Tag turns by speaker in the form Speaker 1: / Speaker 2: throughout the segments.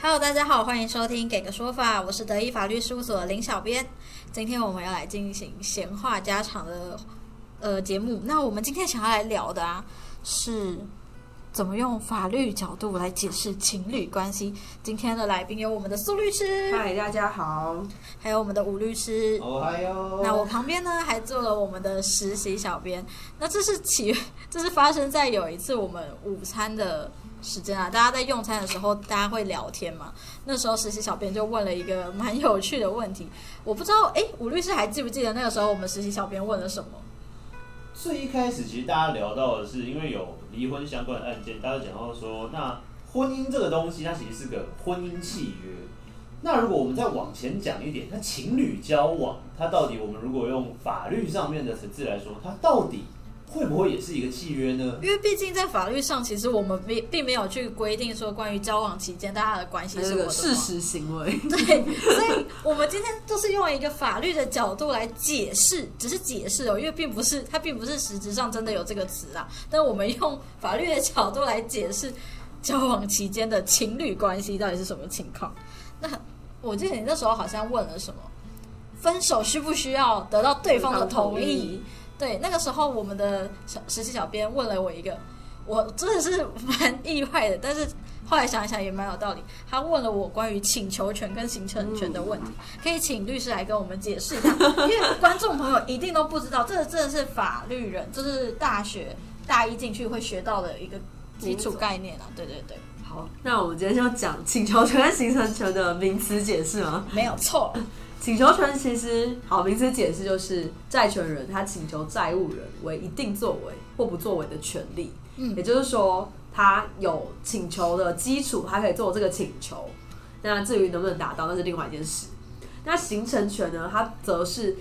Speaker 1: Hello，大家好，欢迎收听《给个说法》，我是德意法律事务所的林小编。今天我们要来进行闲话家常的呃节目。那我们今天想要来聊的啊，是怎么用法律角度来解释情侣关系。今天的来宾有我们的苏律师，
Speaker 2: 嗨，大家好。
Speaker 1: 还有我们的吴律师。
Speaker 3: 哦嗨哟！
Speaker 1: 那我旁边呢还坐了我们的实习小编。那这是起， 这是发生在有一次我们午餐的时间啊，大家在用餐的时候，大家会聊天嘛。那时候实习小编就问了一个蛮有趣的问题，我不知道，诶，吴律师还记不记得那个时候我们实习小编问了什么？
Speaker 3: 最一开始其实大家聊到的是，因为有离婚相关的案件，大家讲到说，那婚姻这个东西，它其实是个婚姻契约。那如果我们再往前讲一点，那情侣交往，它到底我们如果用法律上面的层次来说，它到底会不会也是一个契约呢？
Speaker 1: 因为毕竟在法律上，其实我们并并没有去规定说关于交往期间大家的关系是
Speaker 2: 这
Speaker 1: 我的
Speaker 2: 个事实 行为，
Speaker 1: 对，所以我们今天就是用一个法律的角度来解释，只是解释哦，因为并不是它并不是实质上真的有这个词啊，但我们用法律的角度来解释交往期间的情侣关系到底是什么情况。那我记得你那时候好像问了什么，分手需不需要得到对方的同意？对，那个时候我们的小实习小编问了我一个，我真的是蛮意外的，但是后来想一想也蛮有道理。他问了我关于请求权跟行程权的问题，
Speaker 2: 嗯
Speaker 1: 可以请律师来跟我们解释一下， 因为观众朋友一定都不知道，这个真的是法律人，这、是大学大一进去会学到的一个基础概念啊。对对对，
Speaker 2: 好，那我们今天就讲请求权跟形成权的名词解释吗？
Speaker 1: 没有错。
Speaker 2: 请求权其实好，名词解释就是债权人他请求债务人为一定作为或不作为的权利，
Speaker 1: 嗯
Speaker 2: 也就是说他有请求的基础，他可以做这个请求。那至于能不能达到，那是另外一件事。那形成权呢，它则是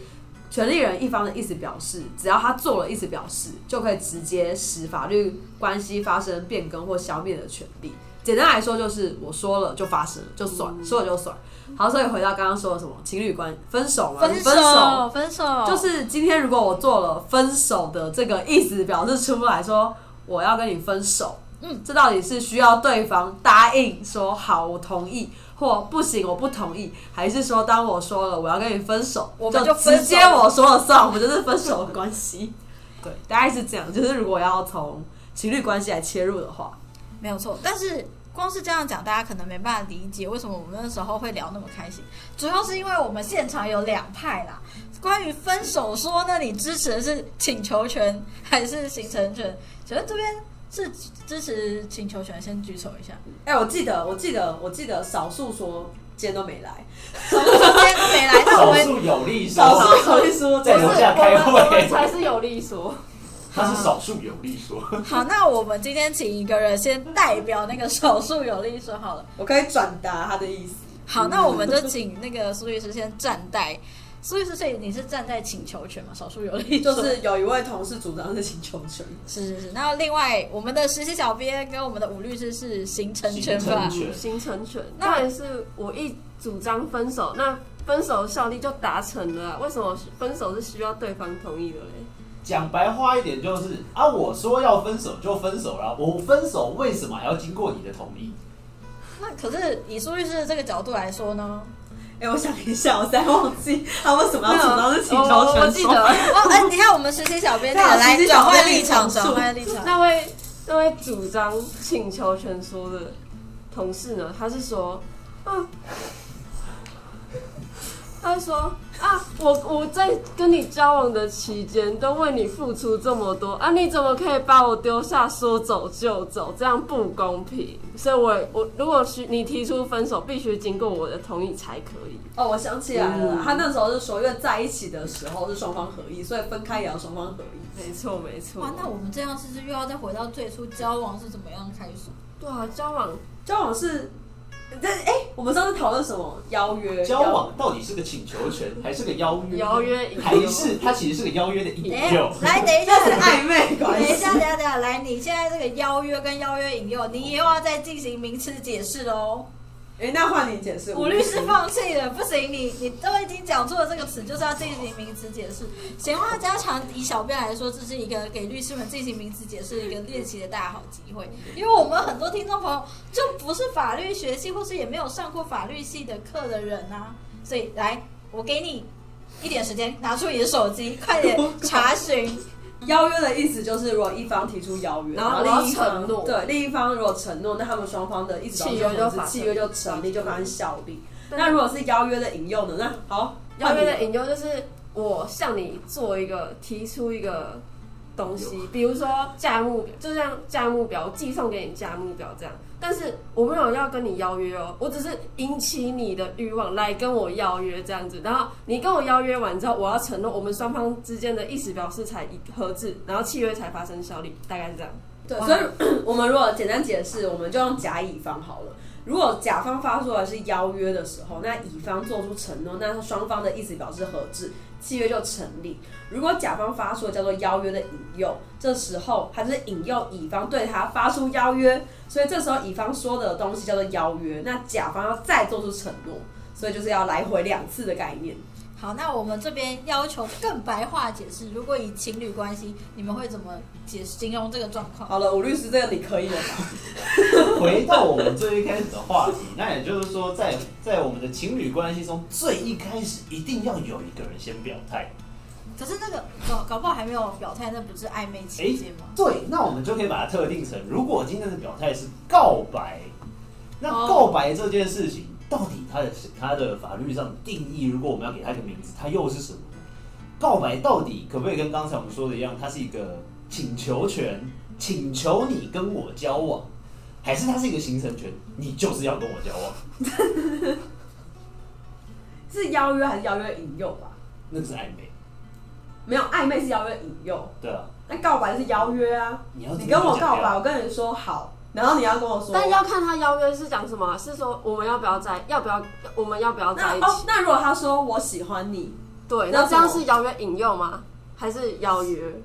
Speaker 2: 权利人一方的意思表示，只要他做了意思表示，就可以直接使法律关系发生变更或消灭的权利。简单来说，就是我说了就发生了，就算、
Speaker 1: 嗯
Speaker 2: 说了就算。好，所以回到刚刚说的什么情侣关分手嘛，
Speaker 1: 分
Speaker 2: 分手
Speaker 1: 手，分手，
Speaker 2: 就是今天如果我做了分手的这个意思表示出来说我要跟你分手，
Speaker 1: 嗯，
Speaker 2: 这到底是需要对方答应说好我同意，或不行我不同意，还是说当我说了我要跟你分手，
Speaker 1: 我们就
Speaker 2: 就
Speaker 1: 分手
Speaker 2: 直接我说了算，我们就是分手的关系。 对，大概是这样。就是如果要从情侣关系来切入的话，
Speaker 1: 没有错，但是光是这样讲，大家可能没办法理解为什么我们那时候会聊那么开心。主要是因为我们现场有两派啦。关于分手说呢，你支持的是请求权还是形成权？请问这边是支持请求权，先举手一下。
Speaker 2: 哎、我记得，我记得，我记得，少数说今天都没来，
Speaker 1: 什么时候今天都没来？那我
Speaker 3: 少
Speaker 1: 们
Speaker 3: 数有利
Speaker 2: 少
Speaker 3: 说，
Speaker 2: 数少数 说
Speaker 3: 在楼下开会，
Speaker 4: 才是有利说。
Speaker 3: 他是少数有利说。
Speaker 1: 好，那我们今天请一个人先代表那个少数有利说好了。
Speaker 2: 我可以转达他的意思。
Speaker 1: 好，那我们就请那个苏律师先站代。苏律师，所以你是站在请求权嘛？少数有利
Speaker 2: 就
Speaker 1: 说
Speaker 2: 是有一位同事主张是请求权，
Speaker 1: 是是是，那另外我们的实习小编跟我们的武律师是形成权
Speaker 3: 形
Speaker 1: 法
Speaker 3: 成，权
Speaker 4: 形成权，
Speaker 1: 那
Speaker 4: 那也是我一主张分手，那分手效力就达成了啊、为什么分手是需要对方同意的嘞？
Speaker 3: 讲白话一点就是啊，我说要分手就分手啦，我分手为什么还要经过你的同意？
Speaker 1: 那可是以苏律师的这个角度来说呢，
Speaker 2: 哎、我想一下，我才忘记 他为什么要主张是请求
Speaker 4: 我
Speaker 2: 权。
Speaker 4: 我记得
Speaker 1: 哦，哎、你看我们实习小编这个
Speaker 2: 对啊
Speaker 1: 来
Speaker 2: 实习
Speaker 1: 转
Speaker 2: 小编
Speaker 1: 换立场，
Speaker 2: 立场
Speaker 1: 转换立场，
Speaker 4: 那位那位主张请求权说的同事呢，他是说，嗯、他是说啊，我我在跟你交往的期间都为你付出这么多啊，你怎么可以把我丢下说走就走？这样不公平。所以我我如果需你提出分手，必须经过我的同意才可以。
Speaker 2: 哦，我想起来了，
Speaker 4: 嗯
Speaker 2: 他那时候是说，因为在一起的时候是双方合意，所以分开也要双方合意。
Speaker 4: 没错没错
Speaker 1: 哇，，那我们这样是不是又要再回到最初交往是怎么样开始？
Speaker 4: 对啊，交往
Speaker 2: 交往是，但哎、我们上次讨论什么邀约？
Speaker 3: 交往到底是个请求权，还是个邀约？
Speaker 4: 邀约引诱
Speaker 3: 还是它其实是个邀约的引
Speaker 1: 等一
Speaker 3: 诱
Speaker 1: 下？来，等一下
Speaker 2: 那， 是暧昧
Speaker 1: 等
Speaker 2: 关
Speaker 1: 一
Speaker 2: 系
Speaker 1: 下，。等一下，等一下，来，你现在这个邀约跟邀约引诱，你又要再进行名词解释喽。
Speaker 2: 哎、那换你解释。
Speaker 1: 武律师放弃了，不行，你你都已经讲出了这个词，就是要进行名词解释。闲话家常，以小编来说，这是一个给律师们进行名词解释的一个练习的大好机会，因为我们很多听众朋友就不是法律学系，或是也没有上过法律系的课的人啊，所以来，我给你一点时间，拿出你的手机，快点查询。
Speaker 2: 邀约的意思就是，如果一方提出邀约，
Speaker 4: 然后
Speaker 2: 另一
Speaker 4: 然后
Speaker 2: 方
Speaker 4: 承诺
Speaker 2: 对另一方如果承诺，那他们双方的一直
Speaker 4: 契约就发生
Speaker 2: 契约就成立，就发生效力。那如果是邀约的引诱呢？那好，
Speaker 4: 邀
Speaker 2: 换
Speaker 4: 约的
Speaker 2: 你
Speaker 4: 引诱就是我向你做一个提出一个东西，比如说价目，就像价目表，我寄送给你价目表这样。但是我没有要跟你邀约哦，我只是引起你的欲望来跟我邀约这样子。然后你跟我邀约完之后，我要承诺我们双方之间的意思表示才一合致，然后契约才发生效力，大概是这样。
Speaker 2: 对，所以 我们如果简单解释，我们就用甲乙方好了。如果甲方发出来是邀约的时候，那乙方做出承诺，那双方的意思表示合致，契约就成立。如果甲方发出的叫做邀约的引诱，这时候他就是引诱乙方对他发出邀约，所以这时候乙方说的东西叫做邀约，那甲方要再做出承诺，所以就是要来回两次的概念。
Speaker 1: 好，那我们这边要求更白话解释，如果以情侣关系，你们会怎么解释形容这个状况？
Speaker 2: 好了，吴律师，这个你可以了吧？
Speaker 3: 回到我们最一开始的话题， 那也就是说在，在我们的情侣关系中，最一开始一定要有一个人先表态。
Speaker 1: 可是那个搞搞不好还没有表态，那不是暧昧期间吗？
Speaker 3: 对，那我们就可以把它特定成，如果今天的表态是告白，那
Speaker 2: 哦
Speaker 3: 告白这件事情到底它的它的法律上的定义，如果我们要给它一个名字，它又是什么？告白到底可不可以跟刚才我们说的一样，它是一个请求权，请求你跟我交往，还是它是一个形成权，你就是要跟我交往？
Speaker 2: 是邀约还是邀约引诱吧？
Speaker 3: 那是暧昧，
Speaker 2: 没有暧昧是邀约引诱。
Speaker 3: 对啊，
Speaker 2: 那告白是邀约啊，
Speaker 3: 你要
Speaker 2: 你跟我
Speaker 3: 怎
Speaker 2: 告
Speaker 3: 么讲
Speaker 2: 白，
Speaker 3: 呀
Speaker 2: 我跟你说好，然后你要跟我说。
Speaker 4: 但要看他邀约是讲什么啊、是说我们要不要在，要不要我们要不要在
Speaker 2: 那
Speaker 4: 一
Speaker 2: 哦
Speaker 4: 起，？
Speaker 2: 那如果他说我喜欢你，
Speaker 4: 对，
Speaker 2: 那
Speaker 4: 那这样
Speaker 2: 怎么
Speaker 4: 是邀约引诱吗？还是邀约？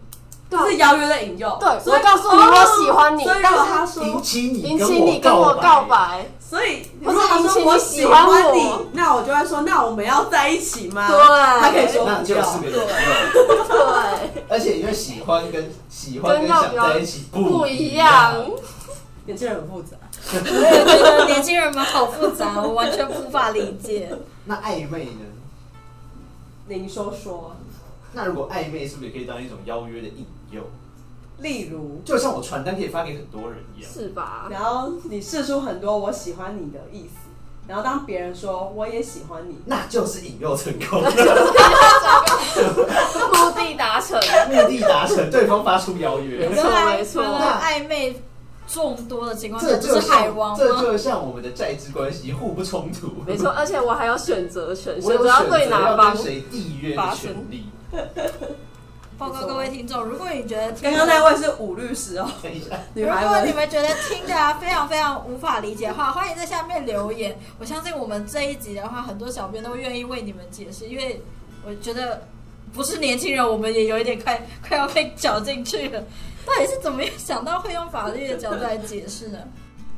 Speaker 4: 对啊
Speaker 2: 是邀约的引诱。
Speaker 4: 对
Speaker 2: 所以
Speaker 4: 我告诉你
Speaker 2: 哦
Speaker 4: 我喜欢你
Speaker 2: 所以如
Speaker 4: 但
Speaker 2: 果
Speaker 4: 是
Speaker 2: 他说
Speaker 3: 引，起你
Speaker 4: 引起你跟我告，白，
Speaker 2: 所以
Speaker 4: 不
Speaker 2: 如果
Speaker 4: 是
Speaker 2: 他
Speaker 4: 引起
Speaker 2: 说
Speaker 4: 你
Speaker 2: 我
Speaker 4: 喜
Speaker 2: 喜
Speaker 4: 欢
Speaker 2: 欢你
Speaker 4: 我，
Speaker 2: 那我就会说，那我们要在一起吗？
Speaker 4: 对
Speaker 2: 他可以说
Speaker 3: 那
Speaker 2: 不
Speaker 3: 就是
Speaker 2: 要。
Speaker 3: 个引诱。
Speaker 4: 对，
Speaker 3: 而且因为喜欢跟喜欢跟想在一起
Speaker 4: 不
Speaker 3: 一
Speaker 4: 一样。
Speaker 2: 年轻人很复杂。
Speaker 1: 我也觉得年轻人们好复杂，我完全无法理解。
Speaker 3: 那暧昧呢？
Speaker 2: 您说说，
Speaker 3: 那如果暧昧是不是也可以当一种邀约的引诱？
Speaker 2: 例如，
Speaker 3: 就像我传单可以发给很多人一样。
Speaker 4: 是吧？
Speaker 2: 然后你试出很多我喜欢你的意思，然后当别人说我也喜欢你，
Speaker 3: 那就是引诱成功 了，
Speaker 4: 目的达成，
Speaker 3: 目的达成，对方发出邀约
Speaker 1: 原
Speaker 4: 没，错
Speaker 1: 来
Speaker 4: 没错
Speaker 1: 原来暧昧众多的情况下，
Speaker 3: 这
Speaker 1: 不
Speaker 3: 就是像
Speaker 1: 海王
Speaker 3: 这
Speaker 1: 吗？
Speaker 3: 就像我们的债制关系互不冲突。
Speaker 4: 没 错，，而且我还有选择权，
Speaker 3: 我
Speaker 4: 选
Speaker 3: 有
Speaker 4: 择
Speaker 3: 选
Speaker 4: 要
Speaker 3: 择
Speaker 4: 对哪
Speaker 3: 要
Speaker 4: 方
Speaker 3: 跟。谁缔约的权利。
Speaker 1: 报告各位听众，如果你觉得听
Speaker 2: 刚刚那位是武律师哦，
Speaker 3: 等一下，
Speaker 2: 女
Speaker 1: 如
Speaker 2: 孩
Speaker 1: 果你
Speaker 2: 们。
Speaker 1: 们觉得听的啊非常非常无法理解的话，欢迎在下面留言。我相信我们这一集的话，很多小编都会愿意为你们解释，因为我觉得不是年轻人，我们也有一点快快要被搅进去了。 到底是怎么想到会用法律的角度来解释呢？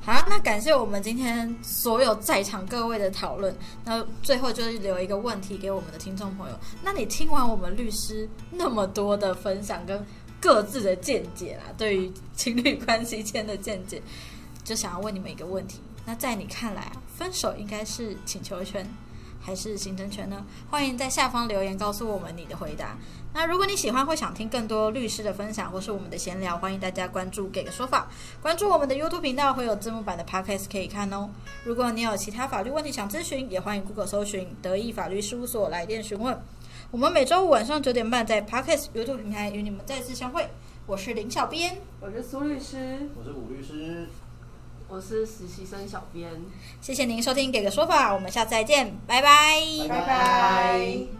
Speaker 1: 好，啊那感谢我们今天所有在场各位的讨论。那最后就是留一个问题给我们的听众朋友：那你听完我们律师那么多的分享跟各自的见解啦，对于情侣关系间的见解，就想要问你们一个问题：那在你看来啊，分手应该是请求权还是形成权呢？欢迎在下方留言告诉我们你的回答。那如果你喜欢或想听更多律师的分享或是我们的闲聊，欢迎大家关注“给个说法”，关注我们的 YouTube 频道，会有字幕版的 Podcast 可以看哦。如果你有其他法律问题想咨询，也欢迎 Google 搜寻“德意法律事务所”来电询问。我们每周五晚上九点半在 Podcast YouTube 平台与你们再次相会。我是林小编，
Speaker 2: 我是苏律师。
Speaker 3: 我是武律师，
Speaker 4: 我是实习生小编。
Speaker 1: 谢谢您收听《给个说法》，我们下次再见，拜拜。
Speaker 2: 拜拜。